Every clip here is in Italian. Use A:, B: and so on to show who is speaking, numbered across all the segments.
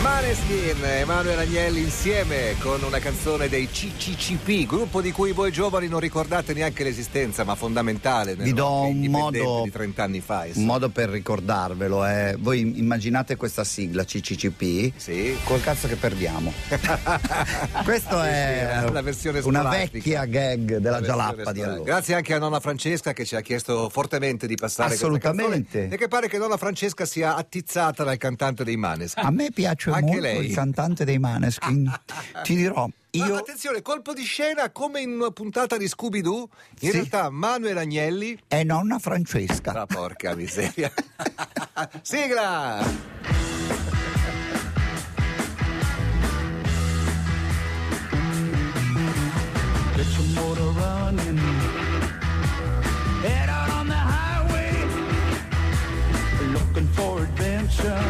A: Maneskin, Emanuele Agnelli insieme con una canzone dei CCCP, gruppo di cui voi giovani non ricordate neanche l'esistenza, ma fondamentale nel
B: Vi do
A: rock
B: un
A: indipendente
B: modo-
A: di 30 anni fa. eh,
B: Un
A: insomma.
B: modo per ricordarvelo è, voi immaginate questa sigla CCCP
A: Sì.
B: col cazzo che perdiamo. Questa è
A: Ah, Sì, sì, la versione
B: una
A: scolastica.
B: vecchia gag della
A: La
B: Gialappa
A: versione
B: di
A: storica.
B: allora.
A: Grazie anche a nonna Francesca che ci ha chiesto fortemente di passare questa
B: Assolutamente.
A: canzone e che pare che nonna Francesca sia attizzata dal cantante dei Maneskin.
B: A me piace
A: Ah, Anche
B: molto
A: lei.
B: il cantante dei Maneskin. Ti dirò,
A: Ma
B: Ah, io
A: attenzione, colpo di scena come in una puntata di Scooby-Doo, in
B: Sì.
A: realtà Manuel Agnelli
B: è nonna Francesca.
A: Ma Ah, porca miseria. Sigla!
C: Get your motor running. Head out on the highway. Looking for adventure.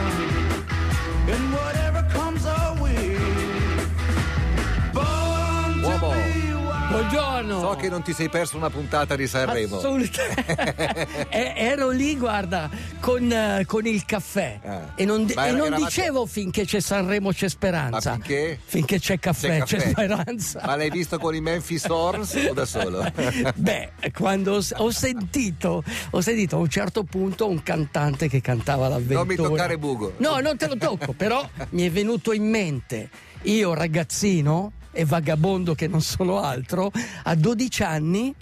C: And whatever comes our way. Born to
A: Uomo.
C: be wild.
D: Buongiorno.
A: So che non ti sei perso una puntata di Sanremo.
D: Assolutamente. Eh, ero lì, guarda, con, eh, con il caffè
A: Ah.
D: e non, di-
A: Ma
D: e
A: era-
D: non
A: eravate-
D: dicevo finché c'è Sanremo c'è speranza.
A: Ma finché?
D: Finché c'è caffè c'è, speranza.
A: Ma l'hai visto con i Memphis Horns o da solo?
D: Beh, quando ho, ho sentito, ho sentito a un certo punto un cantante che cantava l'avventura.
A: Non mi toccare Bugo.
D: No, non te lo tocco, però mi è venuto in mente io ragazzino e vagabondo che non sono altro, a 12 anni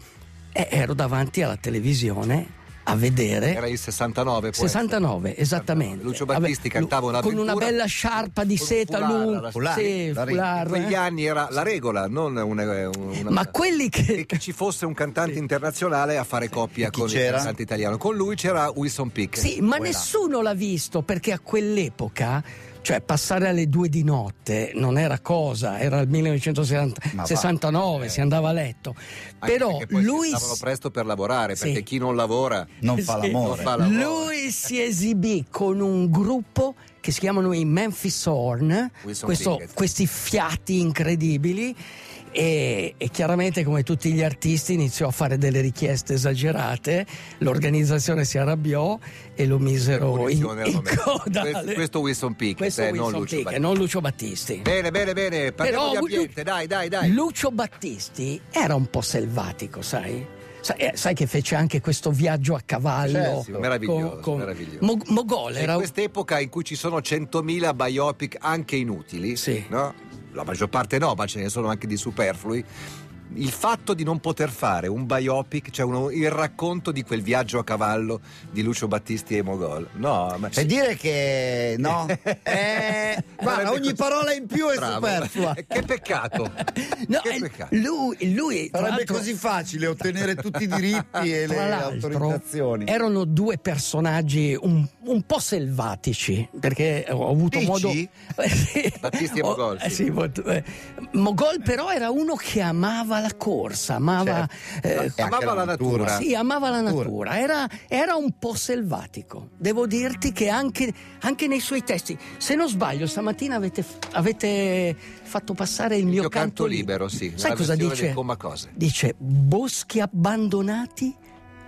D: eh, ero davanti alla televisione a vedere
A: Era il 69 poi.
D: 69, esattamente.
A: Lucio
D: Vabbè,
A: Battisti
D: lu-
A: cantava
D: Con
A: un'avventura
D: una bella sciarpa di
A: con un
D: seta
A: foulard
D: lunga.
A: alla-
B: Foulard,
D: Sì,
B: la-
A: In
D: foulard,
A: quegli
D: eh.
A: anni era la regola, non una, eh, una-
D: Ma quelli
A: che,
D: che...
A: che ci fosse un cantante internazionale a fare coppia
B: Chi
A: con il
B: c'era?
A: cantante italiano. Con lui c'era Wilson Pickett.
D: Sì, ma
B: Quella.
D: nessuno l'ha visto perché a quell'epoca, cioè passare alle due di notte non era cosa, era il
B: Ma va.
D: 1969, si andava a letto.
A: Eh. Anche
D: Però
A: perché poi si
D: lui...
A: stavano presto per lavorare,
D: Sì.
A: perché chi non lavora
B: Non fa
D: Sì.
B: l'amore.
A: fa lavoro.
D: Lui si esibì con un gruppo che si chiamano i Memphis Horn,
A: Wilson
D: questo-
A: Pickett.
D: questi fiati incredibili. E, e chiaramente come tutti gli artisti iniziò a fare delle richieste esagerate, l'organizzazione si arrabbiò e lo misero in,
A: Punizione al
D: in
A: momento.
D: coda.
A: Questo,
D: alle-
A: questo Wilson Pickett,
D: questo
A: eh,
D: Wilson
A: non Lucio
D: Pickett,
A: Battisti.
D: non Lucio Battisti.
A: Bene, bene, bene, parliamo
D: Però
A: di
D: Lu-
A: ambiente, dai, dai, dai.
D: Lucio Battisti era un po' selvatico, sai? Sai, eh, sai che fece anche questo viaggio a cavallo
A: Certo, meraviglioso, meraviglioso.
D: Mo- Mogol
A: In
D: era un-
A: quest'epoca in cui ci sono 100.000 biopic anche inutili,
D: Sì.
A: no? la maggior parte no, ma ce ne sono anche di superflui. Il fatto di non poter fare un biopic, cioè uno- il racconto di quel viaggio a cavallo di Lucio Battisti e Mogol, no, ma
B: E dire che no, eh, guarda, ogni parola in più è
A: Bravo.
B: superflua.
A: che peccato.
D: No,
A: che
D: eh,
A: peccato.
D: lui, lui, tra
B: Sarebbe
D: l'altro-
B: così facile ottenere tutti i diritti e
D: tra
B: le
D: l'altro,
B: autorizzazioni.
D: erano due personaggi un, un po' selvatici perché ho avuto
B: Dici?
D: modo Eh, sì.
A: Battisti e
D: Ho-
A: Mogol,
D: eh,
A: sì.
D: sì, mo- eh, Mogol però era uno che amava la corsa amava
B: Certo.
D: eh,
B: E anche
A: amava la natura.
D: Sì, amava la natura, era, era un po' selvatico. Devo dirti che anche, anche nei suoi testi, se non sbaglio, stamattina avete, avete fatto passare il, mio
A: mio canto
D: canto,
A: libero, sì,
D: Sai
A: nella
D: cosa
A: versione
D: dice?
A: dei Comacose.
D: Dice boschi abbandonati,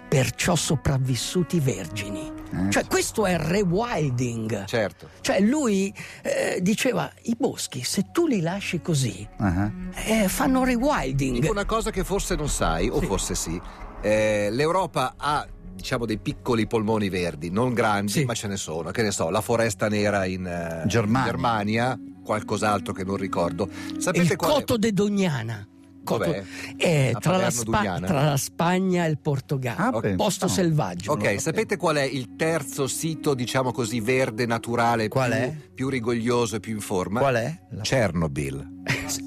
D: perciò sopravvissuti vergini.
B: Eh,
D: Cioè,
B: sì.
D: questo è rewilding.
A: Certo.
D: Cioè, lui eh, diceva: i boschi, se tu li lasci così,
B: Ah,
D: eh, fanno rewilding.
A: Dico una cosa che forse non sai, o forse sì. Eh, L'Europa ha diciamo dei piccoli polmoni verdi, non grandi,
D: Sì.
A: ma ce ne sono. Che ne so, la foresta nera in eh,
B: Germania.
A: Germania, qualcos'altro che non ricordo. Sapete
D: il
A: quale?
D: Coto de Dognana. Coto-
A: Dov'è?
D: eh,
A: A
D: tra, la
A: Palermo
D: Spa-
A: Dugnana.
D: tra la Spagna e il Portogallo.
B: Ah, beh,
D: posto
B: no.
D: selvaggio.
A: Ok, sapete qual è il terzo sito, diciamo così, verde naturale
B: Qual
A: più,
B: è?
A: più rigoglioso e più in forma?
B: Qual è?
A: Chernobyl.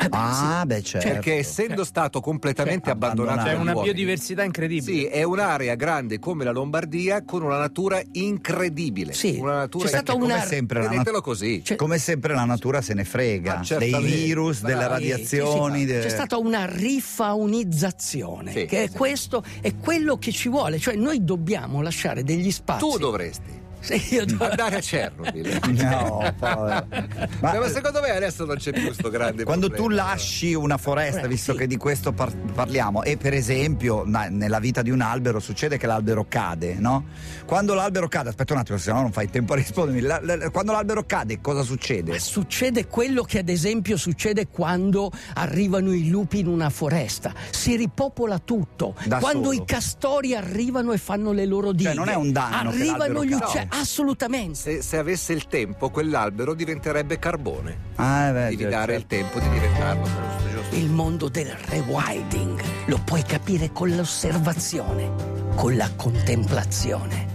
B: Ah, beh, certo.
A: Perché essendo stato completamente
B: Cioè,
A: abbandonato
B: abbandonato.
E: C'è
A: dagli
E: una
A: uomini-
E: biodiversità incredibile.
A: Sì, eh. è un'area grande come la Lombardia con una natura incredibile.
D: Sì,
A: una natura
D: c'è stata
A: incredibile.
D: una-
B: come sempre la
A: Vedetelo
B: natura
A: così.
D: Cioè-
B: come sempre la natura se ne frega
A: Ah,
B: dei
A: certamente.
B: virus, delle
A: Bravi.
B: radiazioni.
D: Sì, sì,
B: de-
D: C'è stata una rifaunizzazione,
A: Sì,
D: che è
A: esatto.
D: questo, è quello che ci vuole. Cioè, noi dobbiamo lasciare degli spazi.
A: tu dovresti.
D: Se io do-
A: Andare a Chernobyl.
B: No, povero. Ma- eh,
A: Cioè, Ma secondo me eh. adesso non c'è più sto grande
B: Quando tu
A: problema.
B: lasci una foresta,
D: Eh,
B: visto
D: sì.
B: che di questo par- parliamo, e per esempio na- nella vita di un albero succede che l'albero cade, no? Quando l'albero cade, aspetta un attimo, se no non fai tempo a rispondermi. La- la- quando l'albero cade, cosa succede?
D: Succede quello che ad esempio succede quando arrivano i lupi in una foresta, si ripopola tutto.
B: Da
D: quando
B: solo.
D: i castori arrivano e fanno le loro dighe.
B: Cioè, non è un danno che
D: Arrivano
B: l'albero
D: gli
B: cade.
D: uccelli, assolutamente.
A: Se, se avesse il tempo, quell'albero diventerebbe carbone.
B: Ah, beh,
A: Devi
B: cioè,
A: dare
B: cioè,
A: il tempo di diventarlo, giusto, giusto.
D: Il mondo del rewilding lo puoi capire con l'osservazione, con la contemplazione.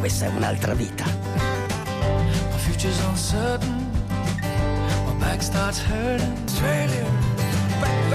D: Questa è un'altra vita.
E: My future's uncertain. My back starts hurting. Australia.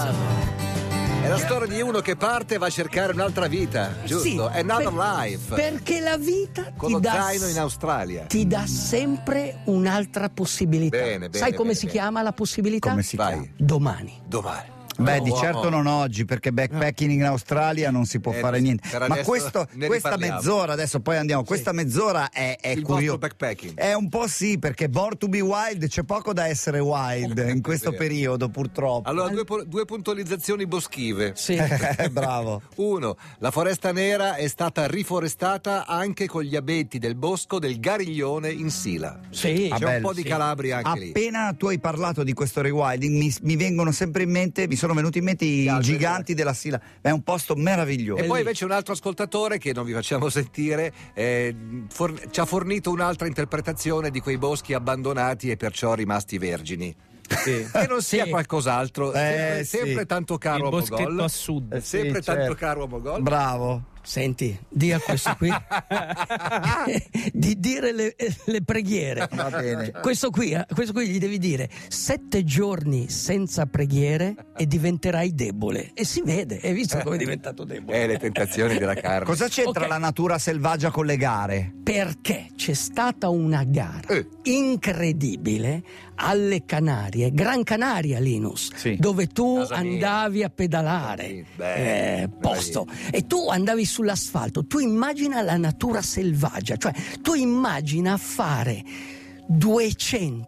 A: È la storia di uno che parte e va a cercare un'altra vita, giusto?
D: Sì,
A: Another
D: per-
A: life.
D: Perché la vita
A: Con
D: ti
A: lo
D: dà
A: zaino
D: s-
A: in Australia.
D: Ti dà sempre un'altra possibilità.
A: Bene, bene,
D: Sai come
A: bene,
D: si
A: bene.
D: chiama la possibilità?
B: Come si
A: Vai.
B: chiama?
D: Domani.
A: Domani.
B: Beh,
A: Oh,
B: di
A: uomo.
B: certo non oggi, perché backpacking in Australia non si può
A: Eh,
B: fare
A: no,
B: niente.
A: per
B: Ma
A: adesso
B: questo-
A: ne
B: questa
A: riparliamo.
B: mezz'ora, adesso poi andiamo, questa mezz'ora è, è
A: Il vostro
B: curiosa.
A: backpacking.
B: È un po' sì, perché Born to be Wild c'è poco da essere wild in questo
A: Eh, vero.
B: periodo, purtroppo.
A: Allora, due, po- due puntualizzazioni boschive.
D: Sì.
B: Eh, Bravo.
A: Uno, la foresta nera è stata riforestata anche con gli abeti del bosco del Gariglione in Sila.
D: sì.
A: C'è
B: Ah,
A: un
B: bello,
A: po' di
D: sì.
A: Calabria anche lì.
B: Appena tu hai parlato di questo rewilding, mi, mi vengono sempre in mente, mi sono venuti in mente i
A: alberi.
B: giganti della Sila. È un posto meraviglioso.
A: E poi invece un altro ascoltatore che non vi facciamo sentire eh, for- ci ha fornito un'altra interpretazione di quei boschi abbandonati e perciò rimasti vergini. Che non sia
F: Sì.
A: qualcos'altro, sempre,
B: Eh, sì.
A: sempre tanto caro
F: Il
A: a
F: boschetto
A: Mogol.
F: a sud.
A: Eh, sempre
B: Sì,
A: tanto
B: certo.
A: caro a Mogol.
B: Bravo.
D: Senti, di a questo qui di dire le, le preghiere.
B: Va bene.
D: Questo qui, eh, questo qui gli devi dire sette giorni senza preghiere e diventerai debole. E si vede, hai visto come è diventato debole?
A: Eh, le tentazioni della carne.
B: Cosa c'entra
D: Ok.
B: la natura selvaggia con le gare?
D: Perché c'è stata una gara
A: Eh.
D: incredibile alle Canarie, Gran Canaria Linus,
B: Sì.
D: dove tu
A: Casa mia.
D: andavi a pedalare,
A: Sì, bello,
D: eh, posto, e tu andavi sull'asfalto, tu immagina la natura selvaggia, cioè tu immagina fare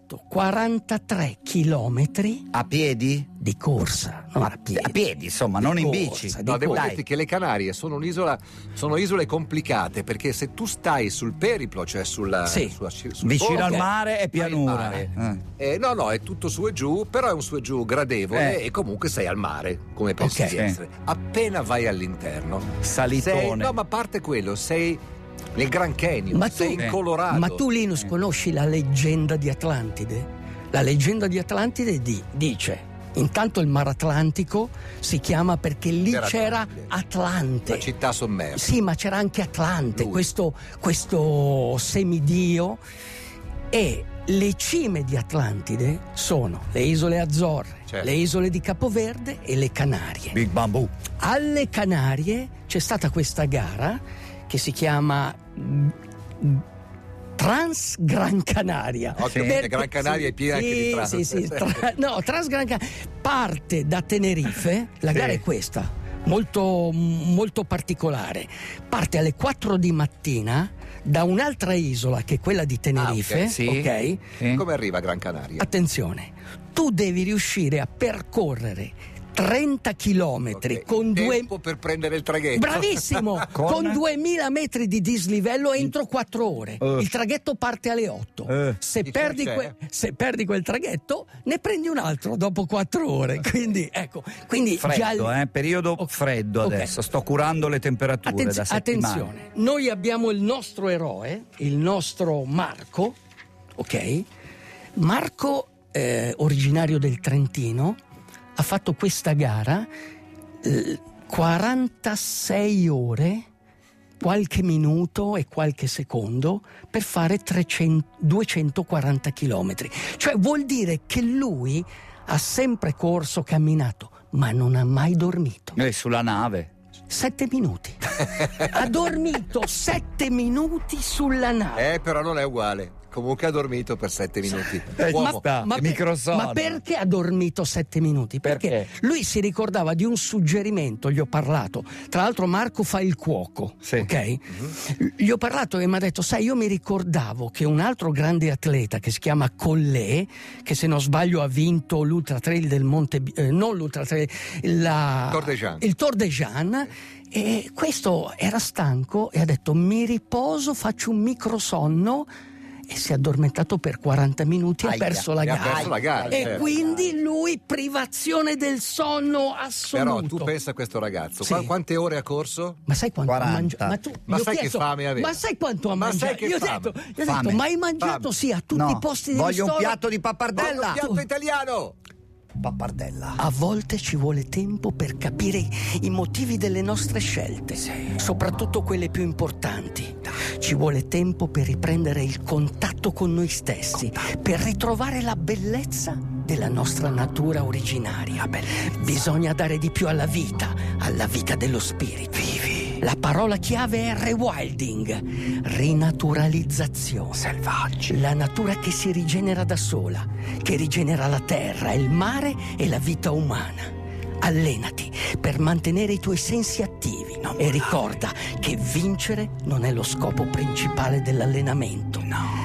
D: 243 chilometri
B: A piedi?
D: di corsa, non a piedi.
B: A piedi, insomma, non in
D: corsa,
B: bici.
D: di
A: No, devo
D: corsa.
A: dirti che le Canarie sono un'isola, sono isole complicate perché se tu stai sul periplo, cioè sulla,
D: Sì.
A: sulla- sul
B: Vicino
A: fondo,
B: al mare e pianura.
A: mare.
B: Eh.
A: eh, no, no, è tutto su e giù, però è un su e giù gradevole
B: Eh.
A: e comunque sei al mare, come pensi
D: Ok.
A: di essere. Appena vai all'interno,
B: Salitone.
A: sei, no, ma a parte quello, sei nel Grand Canyon,
D: Ma
A: sei
D: tu- Eh.
A: in Colorado.
D: Ma tu, Linus,
B: Eh.
D: conosci la leggenda di Atlantide? La leggenda di Atlantide di- dice. Intanto il Mar Atlantico si chiama perché lì
A: Era
D: c'era
A: Atlantide.
D: Atlante.
A: la città sommersa.
D: Sì, ma c'era anche Atlante,
A: Lui.
D: questo, questo semidio. E le cime di Atlantide sono le isole Azzorre,
A: Certo.
D: le isole di Capoverde e le Canarie
B: Big Bamboo.
D: alle Canarie c'è stata questa gara che si chiama mm, mm, Trans Gran Canaria.
A: Occhio, perché Oh, Gran Canaria è piena
D: sì,
A: anche di trans.
D: Sì, sì, tra- no, Trans Gran Canaria parte da Tenerife, la
B: Sì.
D: gara è questa, molto, molto particolare. Parte alle 4 di mattina da un'altra isola che è quella di Tenerife,
A: Ah, ok,
B: sì.
D: Eh, ok?
B: Sì.
A: Come arriva a Gran Canaria?
D: Attenzione, tu devi riuscire a percorrere 30 chilometri
A: Ok,
D: con
A: il
D: due...
A: tempo per prendere il traghetto.
D: Bravissimo!
B: Con-
D: con... 2000 metri di dislivello entro 4 ore.
B: Eh.
D: Il traghetto parte alle 8.
B: Eh.
D: Se,
A: Dici
D: perdi
A: perché?
D: que- se perdi quel traghetto, ne prendi un altro dopo 4 ore. Quindi, ecco, quindi già
B: Freddo,
D: lì-
B: eh? periodo
D: Ok,
B: freddo
D: ok.
B: adesso. Sto curando le temperature
D: Attenz-
B: da settimane.
D: attenzione, noi abbiamo il nostro eroe, il nostro Marco, ok? Marco, eh, originario del Trentino, ha fatto questa gara eh, 46 ore, qualche minuto e qualche secondo per fare 300 240 chilometri. Cioè vuol dire che lui ha sempre corso, camminato, ma non ha mai dormito.
B: Eh, sulla nave.
D: Sette minuti. ha dormito sette minuti sulla nave.
A: Eh, però non è uguale. Comunque ha dormito per sette minuti.
B: Eh,
A: Uomo,
B: ma- sta,
D: per-
B: microsono.
D: ma perché ha dormito sette minuti? Perché,
B: Perché?
D: lui si ricordava di un suggerimento, gli ho parlato. Tra l'altro Marco fa il cuoco,
B: Sì. Mhm.
D: ok? Gli ho parlato e mi ha detto, sai, io mi ricordavo che un altro grande atleta che si chiama Collè, che se non sbaglio ha vinto l'Ultra Trail del Monte... eh, non l'Ultra Trail, la-
A: Tour de Jean.
D: il Tour de Jean, e questo era stanco e ha detto mi riposo, faccio un microsonno e si è addormentato per 40 minuti e ha
B: Aia,
D: perso
A: e
D: la
A: ha
D: gara.
A: perso la gara,
D: E
A: certo.
D: quindi lui privazione del sonno
A: Però
D: assoluto.
A: tu pensa a questo ragazzo,
D: Sì.
A: qua- quante ore ha corso?
D: Ma sai quanto
B: 40.
D: ha mangiato? Ma, tu,
A: Ma
D: gli ho
A: sai che
D: chiesto,
A: fame aveva?
D: Ma sai quanto ha
A: Ma sai
D: mangiato?
A: che
D: Io ho
A: fame?
D: detto, gli ho
B: Fame.
D: detto, ma hai mangiato
A: Fame.
D: sì a tutti
B: No,
D: i posti di
B: voglio un
D: ristoro-
B: piatto di pappardella.
A: Un piatto italiano!
B: Pappardella.
D: A volte ci vuole tempo per capire i motivi delle nostre scelte, soprattutto quelle più importanti. Ci vuole tempo per riprendere il contatto con noi stessi, per ritrovare la bellezza della nostra natura originaria. Bisogna dare di più alla vita, alla vita dello spirito. Vivi. La parola chiave è rewilding, rinaturalizzazione. Selvaggia. La natura che si rigenera da sola, che rigenera la terra, il mare e la vita umana. Allenati per mantenere i tuoi sensi attivi e ricorda che vincere non è lo scopo principale dell'allenamento.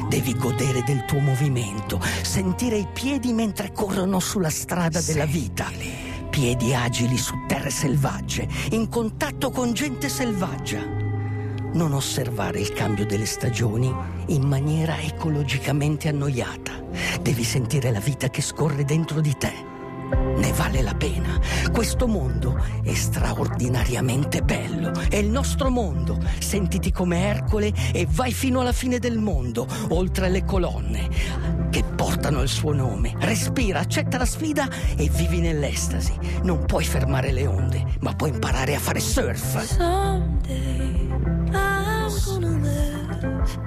D: Devi godere del tuo movimento, sentire i piedi mentre corrono sulla strada della vita. Piedi agili su terre selvagge, in contatto con gente selvaggia non osservare il cambio delle stagioni in maniera ecologicamente annoiata. Devi sentire la vita che scorre dentro di te. Ne vale la pena. Questo mondo è straordinariamente bello. È il nostro mondo. Sentiti come Ercole e vai fino alla fine del mondo, oltre le colonne che portano il suo nome. Respira, accetta la sfida e vivi nell'estasi. Non puoi fermare le onde, ma puoi imparare a fare surf.
F: Someday I'm gonna live.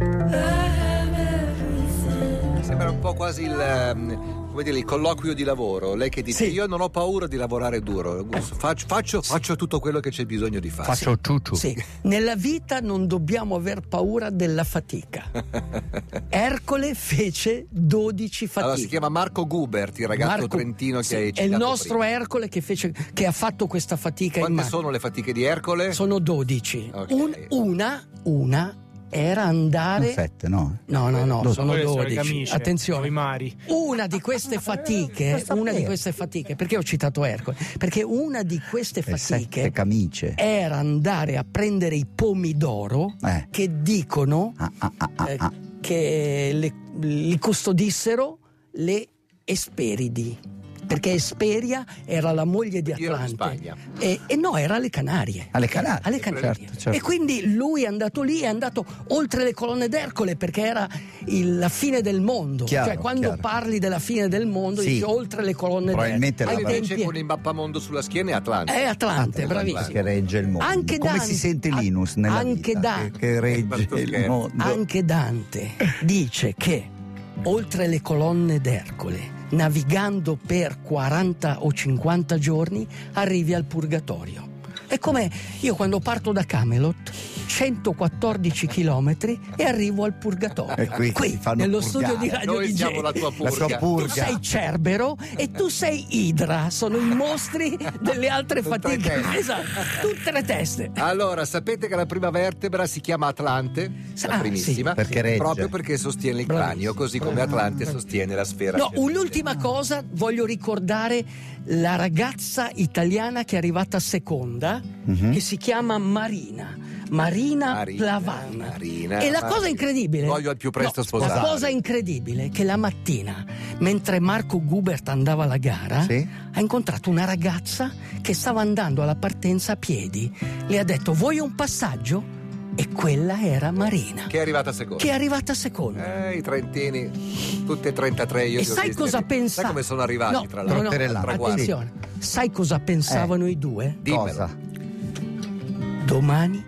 F: I have everything.
A: Sembra un po' quasi il, ehm, come dire, il colloquio di lavoro. Lei che dice:
D: Sì.
A: Io non ho paura di lavorare duro, faccio, faccio- faccio tutto quello che c'è bisogno di fare.
B: Faccio ciucciu.
D: Sì, nella vita non dobbiamo aver paura della fatica. Ercole fece 12 fatiche.
A: Allora si chiama Marco Gubert, il ragazzo
D: Marco-
A: trentino che
D: sì,
A: hai
D: È il
A: citato
D: nostro
A: prima.
D: Ercole che, fece- che ha fatto questa fatica in
A: Quante
D: mano.
A: sono le fatiche di Ercole?
D: Sono 12.
A: Ok.
D: Un- una, una era
B: Non
D: andare.
B: sette, no?
D: No, no, no,
B: Dodici.
D: sono
G: Quelle sono le
D: 12.
G: camicie,
D: Attenzione.
G: i mari.
D: Una di queste
B: Lo
D: fatiche,
B: sapevo.
D: una di queste fatiche, perché ho citato Ercole? Perché una di queste
B: E
D: fatiche
B: Eh, sette camicie.
D: era andare a prendere i pomidoro
B: Eh.
D: che dicono
B: Ah, ah, ah, ah,
D: eh,
B: ah.
D: che le- li custodissero le Esperidi. Perché Esperia era la moglie di
A: Io ero in
D: Atlante.
A: Spagna.
D: E, e no, era alle Canarie.
B: Alle Canarie.
D: Alle Canarie.
B: Certo, certo.
D: E quindi lui è andato lì, è andato oltre le colonne d'Ercole perché era il- la fine del mondo.
B: Chiaro,
D: cioè, quando
B: chiaro.
D: parli della fine del mondo,
B: Sì.
D: dici oltre le colonne
B: Probabilmente
D: d'Ercole.
A: Ah,
B: la-
D: Ai tempi-
A: invece con il mappamondo sulla schiena è Atlante.
D: È Atlante,
A: Atlante,
D: bravissimo.
B: Che regge il mondo.
D: Anche
B: Come
D: Dante-
B: si sente Linus nella
D: anche
B: vita?
D: Dante.
B: Che, che regge
A: Quanto
B: il
A: scherzo.
B: mondo.
D: Anche Dante dice che oltre le colonne d'Ercole, navigando per 40 o 50 giorni, arrivi al purgatorio. È come io quando parto da Camelot, 114 km e arrivo al purgatorio.
B: E qui ti fanno
D: nello
B: purgare.
D: studio di Radio
A: Noi
D: DJ.
A: siamo la tua
B: La
A: purga.
B: sua
D: Tu
B: purga.
D: sei Cerbero e tu sei Idra, sono i mostri delle altre
A: Tutte le
D: fatiche.
A: teste.
D: Esatto, tutte le teste.
A: Allora, sapete che la prima vertebra si chiama Atlante, la
D: Ah,
A: primissima,
D: sì,
B: Perché regge.
A: proprio perché sostiene il
D: Bravissimo.
A: cranio, così come
D: Bravissimo.
A: Atlante sostiene la sfera.
D: No,
A: celeste.
D: un'ultima cosa, voglio ricordare la ragazza italiana che è arrivata seconda,
B: Mhm.
D: che si chiama Marina. Marina,
A: Marina,
D: Plavan.
A: Marina,
D: e la
A: Marina.
D: cosa incredibile.
A: Voglio al più presto
D: No,
A: sposare.
D: La cosa incredibile è che la mattina, mentre Marco Gubert andava alla gara,
B: Sì?
D: ha incontrato una ragazza che stava andando alla partenza a piedi. Le ha detto: Vuoi un passaggio? E quella era Marina,
A: Che è arrivata seconda.
D: che è arrivata seconda.
A: Eh, i trentini, tutte e 33 io
D: E
A: li ho
D: sai
A: visti.
D: cosa pensavo?
A: Sai come sono arrivati
D: No,
A: tra
D: no,
A: l'altro?
D: no,
A: al traguardo? Eh.
D: Attenzione, sai cosa pensavano i due?
A: Dimmelo.
B: Cosa?
D: Domani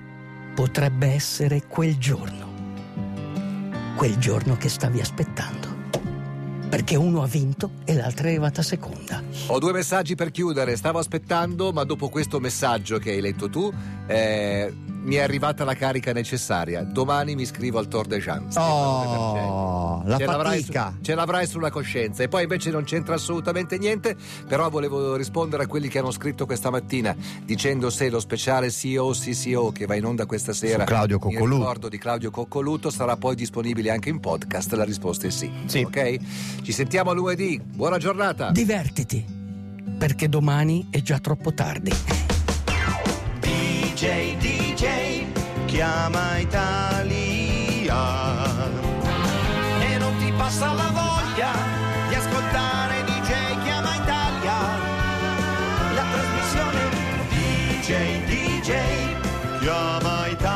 D: potrebbe essere quel giorno. Quel giorno che stavi aspettando. Perché uno ha vinto e l'altra è arrivata seconda.
A: Ho due messaggi per chiudere. Stavo aspettando, ma dopo questo messaggio che hai letto tu, eh, mi è arrivata la carica necessaria. Domani mi iscrivo al Tour de Chance.
H: Oh, la
A: ce l'avrai, su-
H: fatica.
A: ce l'avrai sulla coscienza. E poi invece non c'entra assolutamente niente, però volevo rispondere a quelli che hanno scritto questa mattina dicendo se lo speciale CEO CCO che va in onda questa sera
H: Su Claudio
A: in
H: Coccoluto.
A: ricordo di Claudio Coccoluto sarà poi disponibile anche in podcast. La risposta è sì.
I: Sì.
A: Ok? Ci sentiamo lunedì. Buona giornata.
D: Divertiti, perché domani è già troppo tardi.
B: DJ, DJ, chiama Italia. E non ti passa la voglia di ascoltare DJ, chiama Italia. La trasmissione DJ, DJ, chiama Italia.